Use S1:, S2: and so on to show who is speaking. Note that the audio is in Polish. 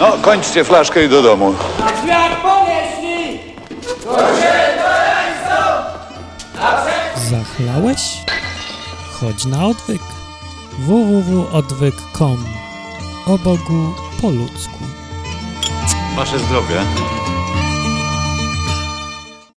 S1: No, kończcie flaszkę i do domu.
S2: Świat ponieśli!
S3: Zachlałeś? Chodź na odwyk. www.odwyk.com O Bogu po ludzku.
S1: Wasze zdrowie.